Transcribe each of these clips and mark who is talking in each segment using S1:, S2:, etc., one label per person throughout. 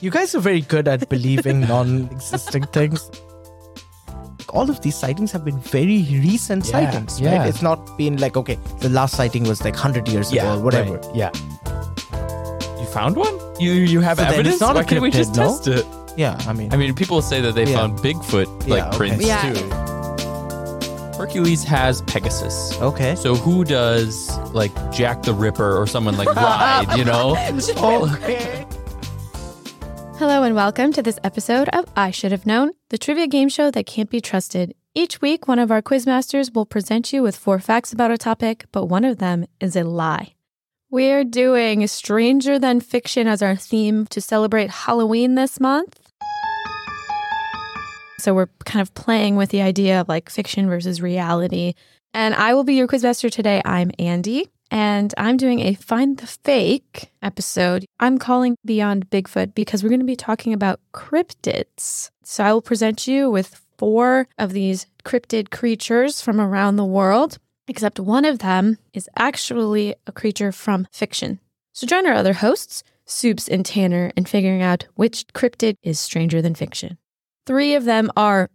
S1: You guys are very good at believing non existing things. All of these sightings have been very recent
S2: Yeah,
S1: sightings,
S2: yeah.
S1: right? It's not been like, okay, the last sighting was like 100 years ago or whatever.
S2: right, Yeah.
S3: You found one? You you have
S1: So then it's
S3: evidence?
S1: not a
S3: Why can't we
S1: cryptid,
S3: just
S1: no?
S3: test it?
S1: Yeah, I mean,
S3: I mean, people say that they
S1: Yeah.
S3: found Bigfoot like
S1: yeah, okay.
S3: prints
S4: Yeah.
S3: too. Hercules has Pegasus.
S1: Okay.
S3: So who does like Jack the Ripper or someone like ride, you know? Oh,
S1: Okay.
S4: Hello and welcome to this episode of I Should Have Known, the trivia game show that can't be trusted. Each week, one of our quizmasters will present you with four facts about a topic, but one of them is a lie. We're doing Stranger Than Fiction as our theme to celebrate Halloween this month. So we're kind of playing with the idea of like fiction versus reality. And I will be your quizmaster today. I'm Andy, and I'm doing a Find the Fake episode. I'm calling Beyond Bigfoot because we're going to be talking about cryptids. So I will present you with four of these cryptid creatures from around the world, except one of them is actually a creature from fiction. So join our other hosts, Soups and Tanner, in figuring out which cryptid is stranger than fiction. Three of them are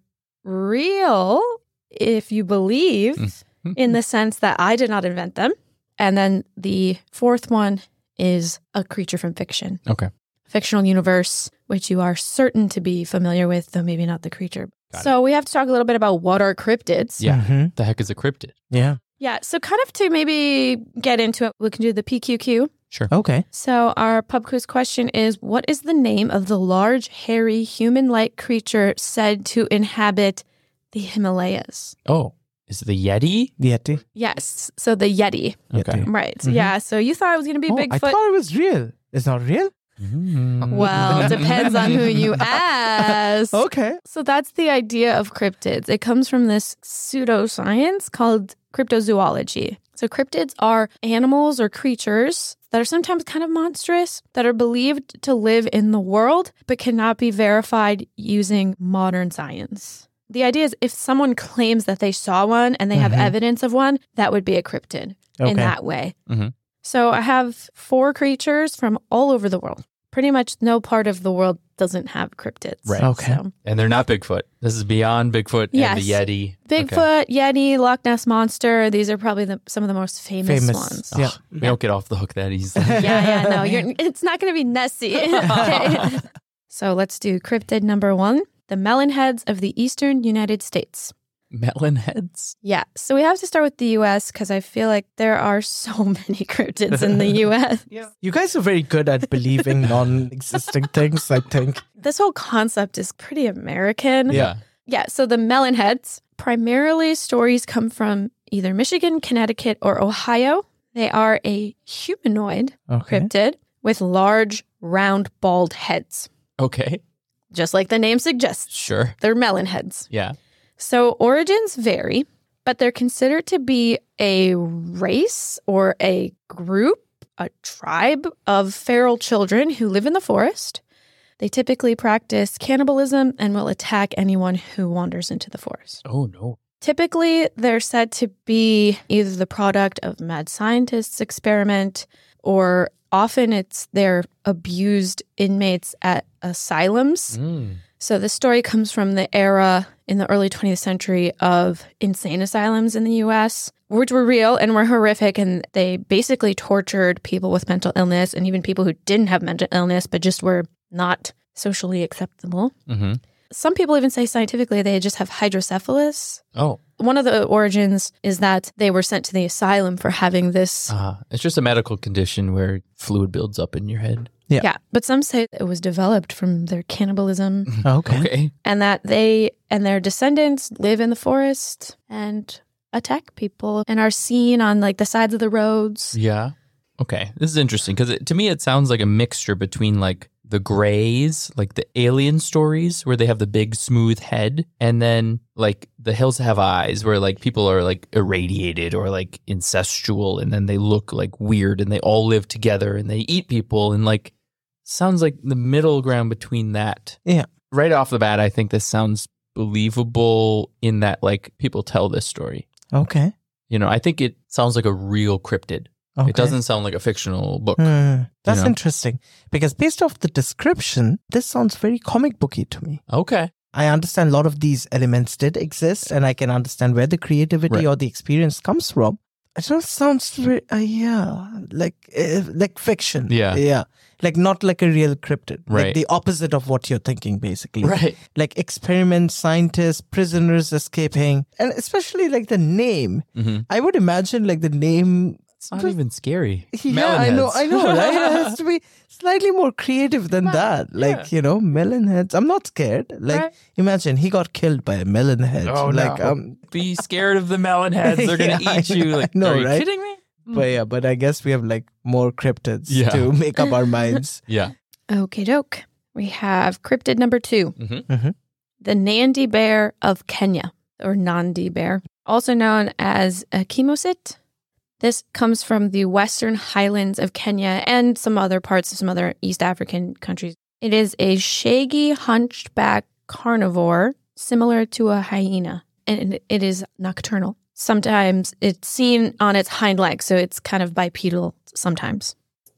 S4: real, if you believe, in the sense that I did not invent them. And then the fourth one is a creature from fiction,
S3: Okay.
S4: fictional universe, which you are certain to be familiar with, though maybe not the creature. so we have to talk a little bit about what are cryptids.
S3: Yeah.
S1: Mhm.
S3: The heck is a cryptid?
S1: Yeah.
S4: Yeah. So, kind of to maybe get into it, we can do the PQQ.
S1: Okay.
S4: So, our pub quiz question is What is the name of the large, hairy, human like creature said to inhabit the Himalayas?
S3: Oh, is it the Yeti?
S1: Yeti.
S4: Yes. So, the Yeti.
S3: Okay.
S1: Yeti.
S4: Right.
S1: Mhm.
S4: Yeah. So, you thought it was going to be
S1: Oh, I
S4: Bigfoot.
S1: thought it was real. It's not real? Mm.
S4: well, depends on who you ask.
S1: Okay.
S4: So that's the idea of cryptids. It comes from this pseudoscience called cryptozoology. So cryptids are animals or creatures that are sometimes kind of monstrous that are believed to live in the world but cannot be verified using modern science. The idea is if someone claims that they saw one and they have
S1: Mhm.
S4: evidence of one, that would be a cryptid
S1: Okay.
S4: in that way.
S3: Mhm.
S4: So I have four creatures from all over the world. Pretty much no part of the world doesn't have cryptids.
S3: Right.
S1: Okay.
S4: So
S3: And they're not Bigfoot. This is beyond Bigfoot and the
S4: Yes.
S3: Yeti. Okay.
S4: Bigfoot, Yeti, Loch Ness Monster, these are probably the, some of the most famous,
S1: Famous.
S4: ones.
S1: Yeah.
S3: We don't get off the hook that easily.
S4: yeah, yeah, no, you're, it's not going to be Nessie. Okay. so let's do cryptid number one the melon heads of the eastern United States.
S3: Melon heads.
S4: Yeah. So we have to start with the US because I feel like there are so many cryptids in the US.
S1: You guys are very good at believing non existing things, I think.
S4: This whole concept is pretty American.
S1: Yeah.
S4: Yeah. So the melon heads, primarily stories come from either Michigan, Connecticut, or Ohio. They are a humanoid
S1: Okay.
S4: cryptid with large, round, bald heads,
S3: Okay.
S4: just like the name suggests.
S3: Sure.
S4: They're melon heads.
S3: Yeah.
S4: So origins vary, but they're considered to be a race or a group, a tribe of feral children who live in the forest. They typically practice cannibalism and will attack anyone who wanders into the forest.
S3: Oh no.
S4: Typically, they're said to be either the product of mad scientists' experiment or often it's their abused inmates at asylums.
S3: Mm.
S4: So this story comes from the era in the early 20th century of insane asylums in the US, which were real and were horrific. And they basically tortured people with mental illness and even people who didn't have mental illness, but just were not socially acceptable.
S3: hmm
S4: Some people even say scientifically they just have hydrocephalus.
S3: Oh,
S4: One of the origins is that they were sent to the asylum for having this.
S3: uh, it's just a medical condition where fluid builds up in your head.
S1: yeah.
S4: yeah, but some say it was developed from their cannibalism.
S1: Okay.
S3: Okay.
S4: and that they and their descendants live in the forest and attack people and are seen on like the sides of the roads.
S3: Yeah. Okay. This is interesting because to me it sounds like a mixture between like the Greys, like the alien stories where they have the big smooth head, and then like the hills have eyes where like people are like irradiated or like incestual, and then they look like weird, and they all live together and they eat people, and like sounds like the middle ground between that.
S1: Yeah.
S3: Right off the bat, I think this sounds believable in that like people tell this story.
S1: Okay.
S3: You know, I think it sounds like a real cryptid.
S1: Okay.
S3: It doesn't sound like a fictional book.
S1: Hmm, that's
S3: Yeah.
S1: interesting because based off the description, this sounds very comic booky to me.
S3: Okay.
S1: I understand a lot of these elements did exist, and I can understand where the creativity
S3: Right.
S1: or the experience comes from. It just sounds, very, uh, yeah, like uh, like fiction.
S3: Yeah.
S1: yeah, like not like a real cryptid.
S3: Right.
S1: like the opposite of what you're thinking, basically.
S3: Right.
S1: Like experiment scientists, prisoners escaping, and especially like the name.
S3: hmm
S1: I would imagine like the name.
S3: It's not even scary.
S1: Yeah, I know,
S3: Melonheads.
S1: I know. Right? It has to be slightly more creative than that. Like
S3: yeah.
S1: you know, melon heads. I'm not scared. Like
S4: Right.
S1: imagine he got killed by a melon head.
S3: Oh,
S1: like
S3: no.
S1: um,
S3: Be scared of the melon heads. They're gonna
S1: Yeah,
S3: eat you.
S1: I
S3: Like,
S1: know,
S3: are you
S1: right?
S3: kidding me?
S1: but yeah, but I guess we have like more cryptids
S3: Yeah.
S1: to make up our minds.
S3: Yeah.
S4: Okay, doke. We have cryptid number two,
S3: hmm
S4: the Nandi bear of Kenya, or Nandi bear, also known as a chemosit. This comes from the western highlands of Kenya and some other parts of some other East African countries. It is a shaggy, hunchback carnivore similar to a hyena, and it is nocturnal. Sometimes it's seen on its hind legs, so it's kind of bipedal sometimes.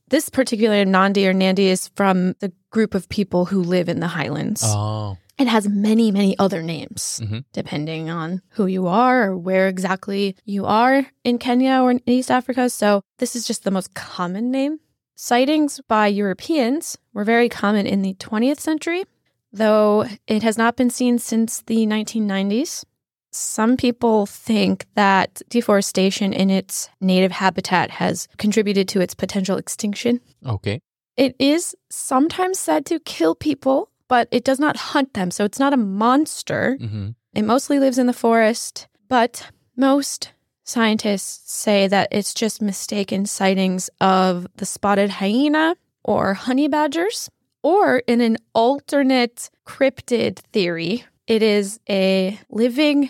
S4: This particular Nandi or Nandi is from the group of people who live in the highlands.
S3: Oh.
S4: It has many, many other names,
S3: Mhm.
S4: depending on who you are or where exactly you are in Kenya or in East Africa. So, this is just the most common name. Sightings by Europeans were very common in the 20th century, though it has not been seen since the 1990s. Some people think that deforestation in its native habitat has contributed to its potential extinction.
S3: Okay.
S4: It is sometimes said to kill people, but it does not hunt them. So it's not a monster.
S3: hmm
S4: It mostly lives in the forest, but most scientists say that it's just mistaken sightings of the spotted hyena or honey badgers. Or in an alternate cryptid theory, it is a living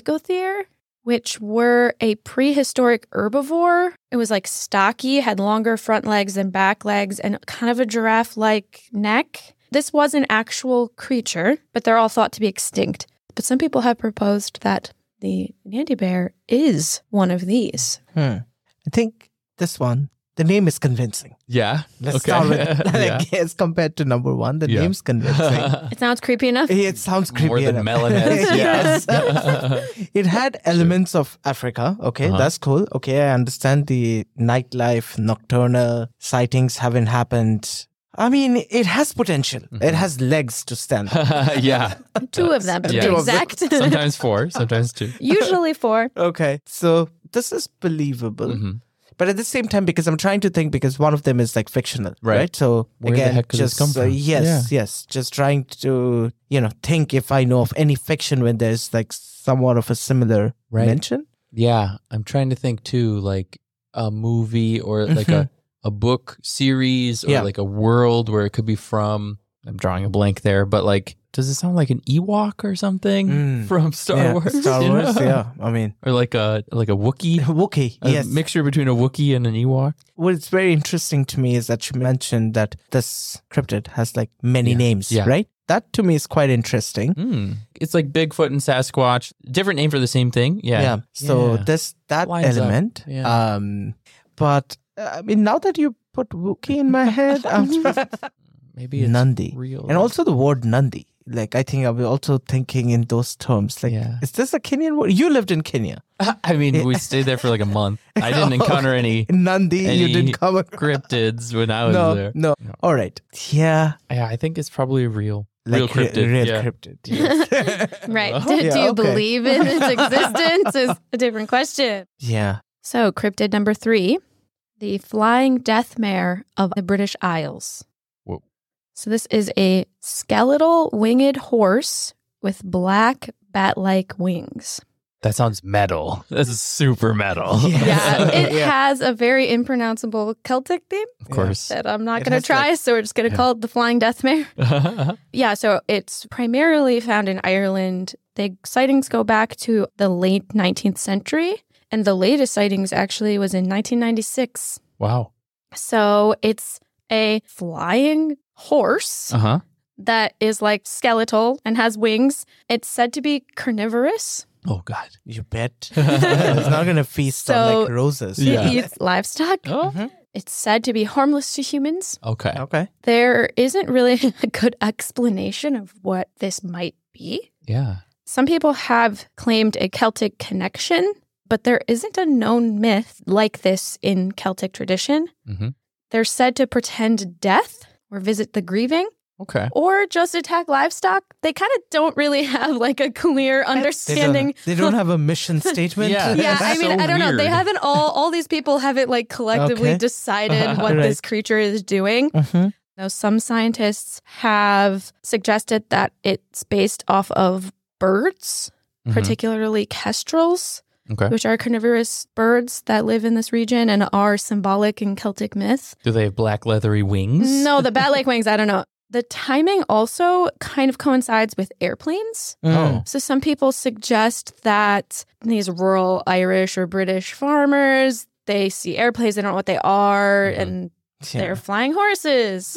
S4: calicothere, which were a prehistoric herbivore. It was like stocky, had longer front legs than back legs, and kind of a giraffe like neck. This was an actual creature, but they're all thought to be extinct. But some people have proposed that the Nandi Bear is one of these.
S1: Hmm. I think this one, the name is convincing.
S3: Yeah.
S1: Let's
S3: okay.
S1: start with it.
S3: yeah.
S1: Like, as compared to number one, the
S3: Yeah.
S1: name's convincing.
S4: It sounds creepy enough.
S1: It sounds creepy.
S3: More than
S1: enough.
S3: melon heads.
S1: Yes.
S3: Yeah.
S1: It had elements of Africa. Okay,
S3: Uh-huh.
S1: that's cool. Okay, I understand the nightlife, nocturnal sightings haven't happened. I mean, it has potential.
S3: Mm-hmm.
S1: It has legs to stand. on.
S3: yeah.
S4: Two of them, to
S3: Yeah.
S4: be
S3: Two
S1: of them.
S4: exact.
S3: Sometimes four, sometimes 2
S4: Usually four.
S1: okay, so this is believable.
S3: Mhm.
S1: But at the same time, because I'm trying to think, because one of them is like fictional, right?
S3: Right.
S1: So
S3: Where the
S1: again,
S3: heck could this
S1: just
S3: come
S1: Uh,
S3: from?
S1: yes, yes, just trying to you know think if I know of any fiction when there's like somewhat of a similar
S3: Right.
S1: mention.
S3: Yeah, I'm trying to think too, like a movie or like a, a book series or
S1: Mm-hmm. Yeah.
S3: like a world where it could be from. I'm drawing a blank there, but like, does it sound like an Ewok or something
S1: Mm.
S3: from Star
S1: Yeah,
S3: Wars?
S1: Star
S3: you
S1: Wars.
S3: know? Uh,
S1: Yeah, I mean,
S3: or like a like a Wookiee,
S1: Wookiee.
S3: a
S1: yes,
S3: mixture between a Wookiee and an Ewok.
S1: What's very interesting to me is that you mentioned that this cryptid has like many
S3: Yeah.
S1: names,
S3: Yeah.
S1: right? That to me is quite interesting.
S3: Hmm. It's like Bigfoot and Sasquatch, different name for the same thing. Yeah,
S1: So
S3: Yeah.
S1: this that
S3: Lines up.
S1: element.
S3: Yeah.
S1: Um but uh, I mean now that you put Wookiee in my head, I'm
S3: maybe it's
S1: Nandi.
S3: real,
S1: And also the word Nandi. Like I think I was also thinking in those terms. Like
S3: Yeah.
S1: is this a Kenyan word? You lived in Kenya.
S3: I mean, we stayed there for like a month. I didn't encounter any
S1: Nandi, you
S3: Any-
S1: didn't come across.
S3: cryptids when I was
S1: no,
S3: there.
S1: no.
S3: No.
S1: All right. Yeah.
S3: Yeah, I think it's probably real, real
S1: re-
S3: cryptid.
S1: Real
S3: yeah.
S1: cryptid. yes.
S4: Right.
S3: Oh,
S4: do,
S1: yeah,
S4: do you
S1: okay.
S4: believe in its existence is a different question.
S1: yeah.
S4: So, cryptid number three, the flying death mare of the British Isles.
S3: Whoa.
S4: So, this is a skeletal winged horse with black bat like wings.
S3: That sounds metal. This is super metal.
S1: Yeah.
S4: Yeah, it
S1: Yeah.
S4: has a very impronounceable Celtic theme.
S3: of course.
S4: that I'm
S1: It
S4: not going
S1: has,
S4: to try, so we're just going to
S3: yeah.
S4: call it the Flying Death Mare.
S3: Yeah.
S4: Yeah, so it's primarily found in Ireland. The sightings go back to the late 19th century, and the latest sightings actually was in 1996.
S3: wow.
S4: So it's a flying horse
S3: Uh huh.
S4: that is like skeletal and has wings. It's said to be carnivorous.
S3: Oh God.
S1: You bet. it's not going to feast on like
S4: So-
S1: roses.
S4: It
S3: Yeah.
S4: eats livestock.
S3: Oh.
S4: It's said to be harmless to humans.
S3: Okay.
S1: Okay.
S4: There isn't really a good explanation of what this might be.
S3: Yeah.
S4: Some people have claimed a Celtic connection, but there isn't a known myth like this in Celtic tradition.
S3: hmm
S4: They're said to pretend death or visit the grieving
S3: Okay.
S4: or just attack livestock. They kind of don't really have like a clear
S1: They don't,
S4: understanding.
S1: they don't have a mission statement.
S3: Yeah.
S4: Yeah, I
S3: That's
S4: mean,
S3: so
S4: I don't know. They
S3: weird.
S4: haven't all all these people haven't like collectively
S1: Okay.
S4: decided what
S1: Right.
S4: this creature is doing.
S1: Mhm.
S4: Now, some scientists have suggested that it's based off of birds,
S1: Mm-hmm.
S3: Mhm.
S4: particularly kestrels,
S3: Okay.
S4: which are carnivorous birds that live in this region and are symbolic in Celtic myth.
S3: Do they have black leathery wings?
S4: No, the bat like wings, I don't know. The timing also kind of coincides with airplanes.
S1: Mm.
S3: Oh.
S4: So, some people suggest that these rural Irish or British farmers. They see airplanes, they don't know what they are,
S3: Mhm.
S4: and
S1: Yeah.
S4: they're flying horses.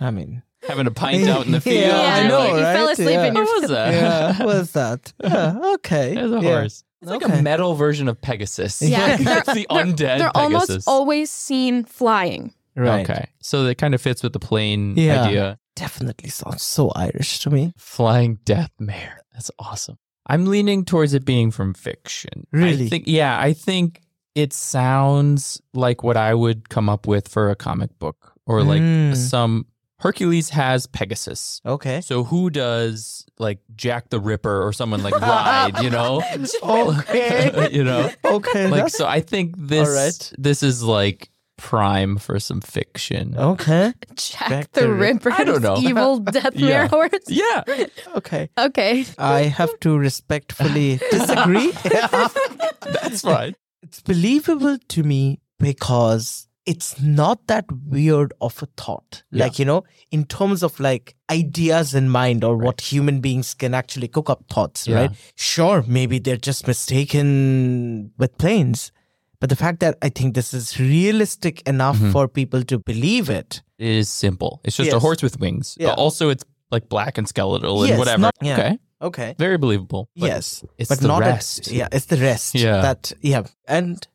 S1: I mean,
S3: Having a pint out in the field.
S1: Yeah, I
S3: You're
S1: know,
S3: like,
S4: You fell
S1: right?
S4: asleep
S1: Yeah.
S4: in your
S3: What was that?
S1: yeah, what's that? Yeah, okay.
S3: There's a
S1: Yeah.
S3: horse. It's like
S1: Okay.
S3: a metal version of Pegasus.
S1: Yeah.
S3: That's the undead
S4: They're
S3: Pegasus.
S4: almost always seen flying.
S1: Right.
S3: Okay. So that kind of fits with the plane
S1: Yeah.
S3: idea.
S1: Definitely sounds so Irish to me.
S3: Flying death mare. That's awesome. I'm leaning towards it being from fiction.
S1: Really?
S3: I think yeah, I think it sounds like what I would come up with for a comic book or like
S1: Mm.
S3: some Hercules has Pegasus.
S1: Okay.
S3: So who does like Jack the Ripper or someone like ride, you know? Oh,
S1: Okay.
S3: you know?
S1: Okay.
S3: Like
S1: that's-
S3: so I think this
S1: right.
S3: this is like prime for some fiction.
S1: okay.
S4: Jack
S1: Back
S4: the
S1: to-
S4: Ripper.
S3: I don't know.
S4: Evil death
S3: Yeah.
S4: mirror horse.
S3: Yeah.
S1: Okay.
S4: Okay.
S1: I have to respectfully disagree.
S3: That's right.
S1: it's believable to me because it's not that weird of a thought.
S3: Yeah.
S1: Like, you know, in terms of like ideas in mind or what human beings can actually cook up thoughts,
S3: Yeah.
S1: right? Sure, maybe they're just mistaken with planes. But the fact that I think this is realistic enough
S3: Mhm.
S1: for people to believe it.
S3: It is simple. It's just a
S1: Yes.
S3: horse with wings.
S1: Yeah.
S3: Also, it's like black and skeletal and
S1: Yes,
S3: whatever.
S1: not- yeah.
S3: Okay.
S1: Okay.
S3: Very believable. But
S1: yes.
S3: It's the
S1: not at-
S3: rest.
S1: yeah, it's the rest.
S3: Yeah.
S1: That yeah. And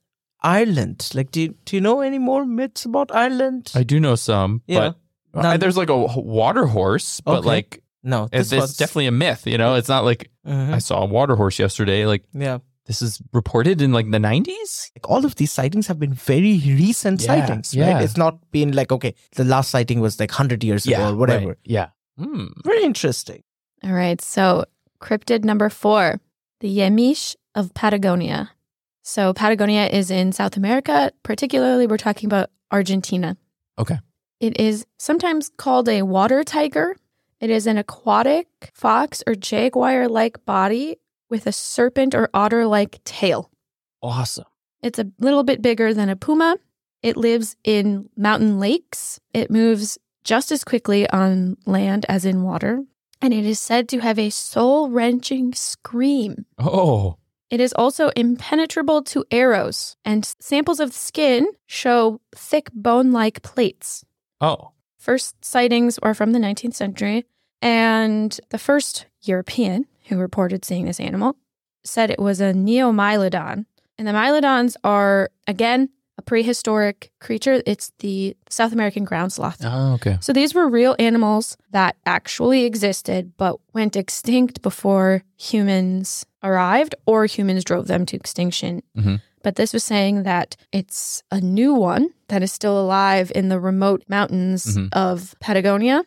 S1: Ireland. Like do you, do you know any more myths about Ireland?
S3: I do know some,
S1: Yeah.
S3: but uh,
S1: None.
S3: there's like a h- water horse, but
S1: Okay.
S3: like
S1: no.
S3: it's
S1: was-
S3: definitely a myth. You know, it's not like
S1: Mhm.
S3: I saw a water horse yesterday. Like
S1: Yeah.
S3: this is reported in like the 90s.
S1: Like all of these sightings have been very recent
S3: Yeah,
S1: sightings,
S3: yeah.
S1: right? It's not been like, okay, the last sighting was like 100 years ago or
S3: right.
S1: whatever.
S3: Yeah. Hmm.
S1: Very interesting.
S4: All right. So, cryptid number four the Yemish of Patagonia. So, Patagonia is in South America. Particularly, we're talking about Argentina.
S3: Okay.
S4: It is sometimes called a water tiger. It is an aquatic fox or jaguar like body with a serpent or otter like tail.
S3: Awesome.
S4: It's a little bit bigger than a puma. It lives in mountain lakes. It moves just as quickly on land as in water. And it is said to have a soul wrenching scream.
S3: Oh.
S4: It is also impenetrable to arrows, and samples of skin show thick bone like plates.
S3: Oh.
S4: First sightings are from the 19th century, and the first European who reported seeing this animal said it was a neomylodon. And the mylodons are, again, a prehistoric creature. It's the South American ground sloth.
S3: Oh, okay.
S4: So these were real animals that actually existed but went extinct before humans arrived or humans drove them to extinction.
S3: Mhm.
S4: But this was saying that it's a new one that is still alive in the remote mountains
S3: Mhm.
S4: of Patagonia.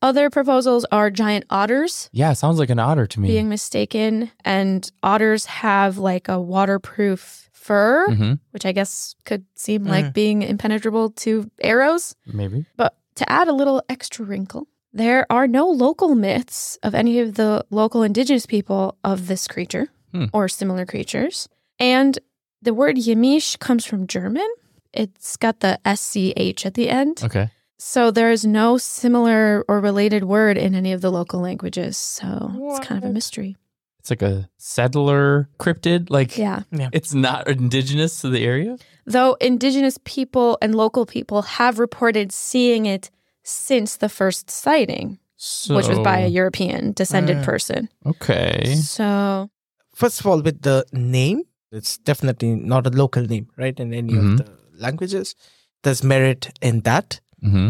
S4: Other proposals are giant otters
S3: Yeah. Sounds like an otter to me.
S4: being mistaken, and otters have like a waterproof fur,
S3: hmm
S4: which I guess could seem like being impenetrable to arrows.
S3: Maybe.
S4: But to add a little extra wrinkle, there are no local myths of any of the local indigenous people of this creature
S3: Hmm.
S4: or similar creatures. And the word Yamish comes from German. It's got the SCH at the end.
S3: Okay.
S4: So there is no similar or related word in any of the local languages. So it's kind of a
S1: What?
S4: mystery.
S3: It's like a settler cryptid. Like
S4: Yeah.
S3: it's not indigenous to the area.
S4: Though indigenous people and local people have reported seeing it since the first sighting,
S3: So,
S4: which was by a European descended person.
S3: Okay.
S4: So
S1: First of all, with the name, it's definitely not a local name, right? In any
S3: Mhm.
S1: of the languages, there's merit in that,
S3: hmm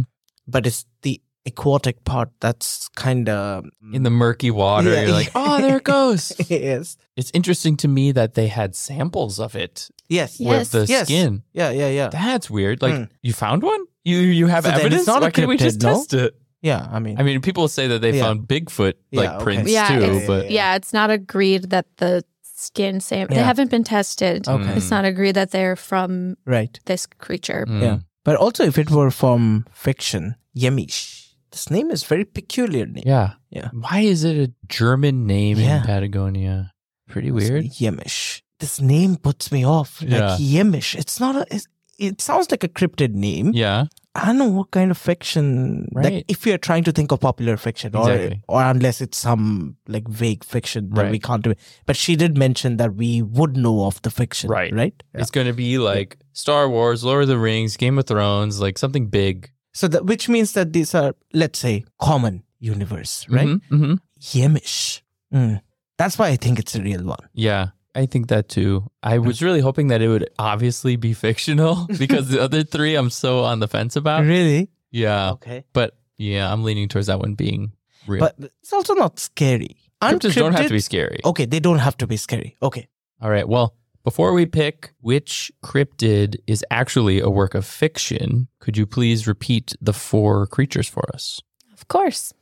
S1: but it's the aquatic part that's mm, kind of
S3: In the murky water,
S1: Yeah.
S3: you're like, oh, there it goes.
S1: yes,
S3: it's interesting to me that they had samples of it
S1: yes,
S4: Yeah. Yes.
S3: with the
S1: Yes.
S3: skin.
S1: yeah, yeah, yeah,
S3: That's weird. Like,
S1: Hmm.
S3: you found one? You you have
S1: So then it's
S3: evidence?
S1: not a
S3: Why can't we
S1: cryptid,
S3: just
S1: no?
S3: test it?
S1: yeah. I mean,
S3: I mean, people say that they
S1: Yeah.
S3: found Bigfoot like
S1: Yeah, okay.
S3: prints
S4: Yeah,
S3: too,
S4: it's-
S3: but
S4: Yeah, it's not agreed that the skin sam They
S1: Yeah.
S4: haven't been tested.
S3: Oh. mm.
S1: Okay.
S4: It's not agreed that they're from
S1: right,
S4: this creature.
S3: Hmm.
S1: yeah. But also, if it were from fiction, Yemish, this name is very peculiar name.
S3: Yeah.
S1: Yeah.
S3: Why is it a German name
S1: Yeah.
S3: in Patagonia? Pretty weird.
S1: It's Yemish. This name puts me off. Like Yemish. It's not a. It's, it sounds like a cryptid name.
S3: Yeah.
S1: I don't know what kind of fiction.
S3: Right.
S1: Like if we are trying to think of popular fiction, or
S3: Exactly.
S1: or unless it's some like vague fiction that we
S3: Right.
S1: can't do. It. But she did mention that we would know of the fiction.
S3: Right.
S1: Right.
S3: It's going to be like Star Wars, Lord of the Rings, Game of Thrones, like something big.
S1: So that which means that these are let's say common universe. Right.
S3: Mm-hmm.
S1: Yemish. Mm. That's why I think it's a real one.
S3: Yeah. I think that too. I was really hoping that it would obviously be fictional because the other three I'm so on the fence about.
S1: really?
S3: Yeah.
S1: okay.
S3: But yeah, I'm leaning towards that one being real.
S1: But Oh. it's also not scary.
S3: Cryptids don't have to be
S1: Uncryptid-
S3: scary.
S1: Okay, they don't have to be scary. Okay.
S3: All right. Well, before we pick which cryptid is actually a work of fiction, could you please repeat the four creatures for us?
S4: Of course.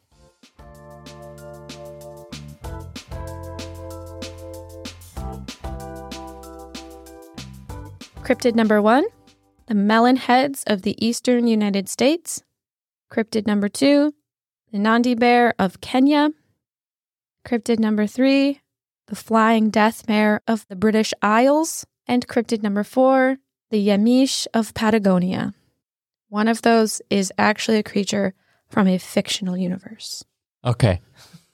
S4: Cryptid number one, the melon heads of the eastern United States. Cryptid number two, the Nandi bear of Kenya. Cryptid number three, the flying death mare of the British Isles. And cryptid number four, the Yamish of Patagonia. One of those is actually a creature from a fictional universe.
S3: Okay.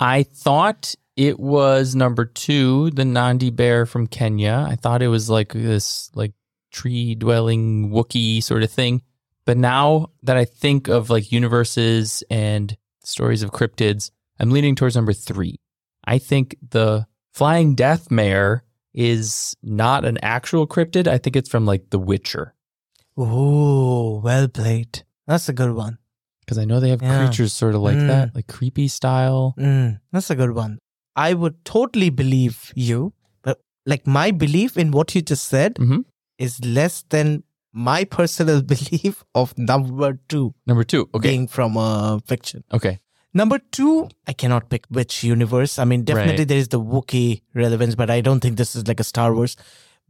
S3: I thought it was number two, the Nandi bear from Kenya. I thought it was like this like tree dwelling Wookiee sort of thing. But now that I think of like universes and stories of cryptids, I'm leaning towards number three. I think the flying death mare is not an actual cryptid. I think it's from like The Witcher.
S1: Oh, well played. That's a good one.
S3: Because I know they have
S1: Yeah.
S3: creatures sort of like
S1: Mm.
S3: that, like creepy style.
S1: Mm, that's a good one. I would totally believe you, but like my belief in what you just said
S3: Mhm.
S1: is less than my personal belief of number two
S3: Number two. Okay.
S1: being from a fiction.
S3: Okay.
S1: Number two, I cannot pick which universe. I mean, definitely
S3: Right.
S1: there is the Wookiee relevance, but I don't think this is like a Star Wars.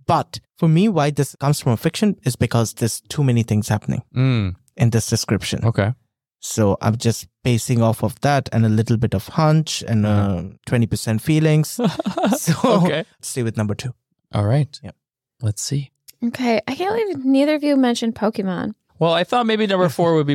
S1: But for me, why this comes from a fiction is because there's too many things happening
S3: Mm.
S1: in this description.
S3: Okay.
S1: So I'm just basing off of that and a little bit of hunch and uh, 20% feelings. So
S3: Uh-huh. Okay.
S1: let's stay with number two.
S3: All right.
S1: Yep.
S3: Let's see.
S4: Okay, I can't believe neither of you mentioned Pokemon.
S3: Well, I thought maybe number four would be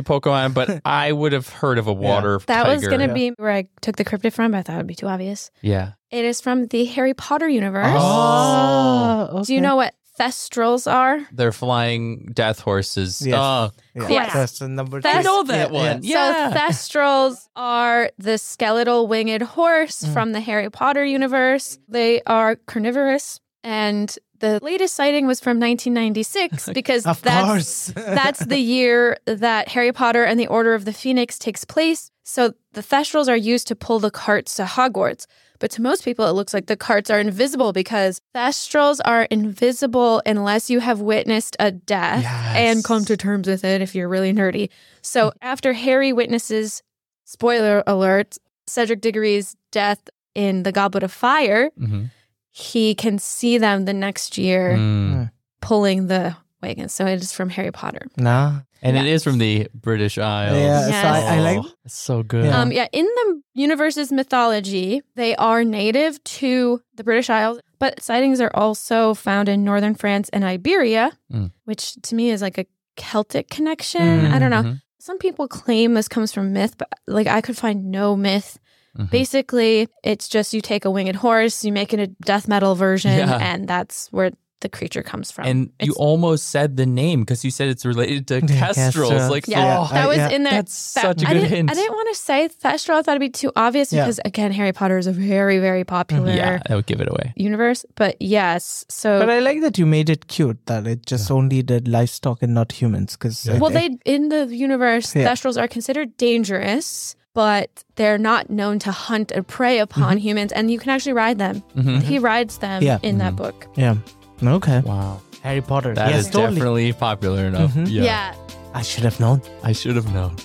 S3: Pokemon, but I would have heard of a water
S4: That was
S3: tiger.
S4: going to
S1: Yeah.
S4: be where I took the cryptid from, but I thought it would be too obvious.
S3: Yeah.
S4: It is from the Harry Potter universe.
S3: Oh.
S4: Do you know what Thestrals are?
S3: They're flying death horses.
S1: Yes.
S3: Oh,
S4: Yes.
S1: That's the number
S4: That's-
S1: two.
S4: I know
S3: that one. Yeah.
S4: So Thestrals are the skeletal winged horse
S1: Mm.
S4: from the Harry Potter universe. They are carnivorous and the latest sighting was from 1996 because
S1: Of
S4: that's
S1: course.
S4: That's the year that Harry Potter and the Order of the Phoenix takes place. So the Thestrals are used to pull the carts to Hogwarts. But to most people, it looks like the carts are invisible because Thestrals are invisible unless you have witnessed a death
S3: Yes.
S4: and come to terms with it if you're really nerdy. So after Harry witnesses, spoiler alert, Cedric Diggory's death in The Goblet of Fire,
S3: hmm
S4: he can see them the next year
S3: Mm.
S1: Mm.
S4: pulling the wagon. So it is from Harry Potter.
S1: nah.
S3: And it is from the British Isles.
S1: Yeah,
S4: so I-
S1: I like-
S3: Oh, It's so good.
S1: Yeah.
S4: Um, yeah, in the universe's mythology, they are native to the British Isles, but sightings are also found in northern France and Iberia,
S3: Mm.
S4: which to me is like a Celtic connection. I don't know.
S3: Mhm.
S4: Some people claim this comes from myth, but like I could find no myth.
S3: Mhm.
S4: Basically, it's just you take a winged horse, you make it a death metal version,
S3: Yeah.
S4: and that's where the creature comes from.
S3: And you
S4: It's-
S3: almost said the name because you said it's related to
S1: Yeah,
S3: kestrels.
S1: kestrels.
S3: Like,
S4: yeah,
S3: oh,
S1: I-
S4: that was
S1: yeah,
S4: in there.
S3: that's
S4: that-
S3: such a
S4: I
S3: good
S4: didn't,
S3: hint.
S4: I didn't want to say Thestral. I thought it'd be too obvious
S1: Yeah.
S4: because again, Harry Potter is a very, very popular
S3: Mm-hmm. yeah, that would give it away.
S4: universe. But yes, so
S1: But I like that you made it cute that it just only did livestock and not humans. Because
S2: Yeah.
S4: well, they in the universe,
S1: Yeah.
S4: Thestrals are considered dangerous, but they're not known to hunt or prey upon
S3: Mm-hmm.
S4: humans, and you can actually ride them.
S3: Mhm.
S4: He rides them
S1: Yeah.
S4: in that book.
S1: yeah, okay.
S3: Wow.
S1: Harry Potter.
S3: that is
S1: yes, totally.
S3: definitely popular enough.
S1: Mhm.
S3: Yeah,
S4: yeah.
S1: I should have known.
S3: I should have known.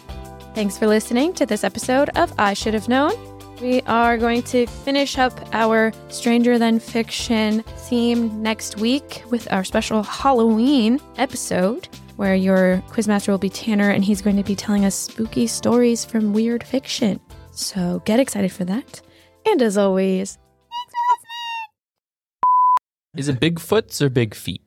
S4: Thanks for listening to this episode of I Should Have Known. We are going to finish up our Stranger Than Fiction theme next week with our special Halloween episode where your quizmaster will be Tanner and he's going to be telling us spooky stories from weird fiction. So get excited for that. And as always,
S3: Is it big foots or big feet?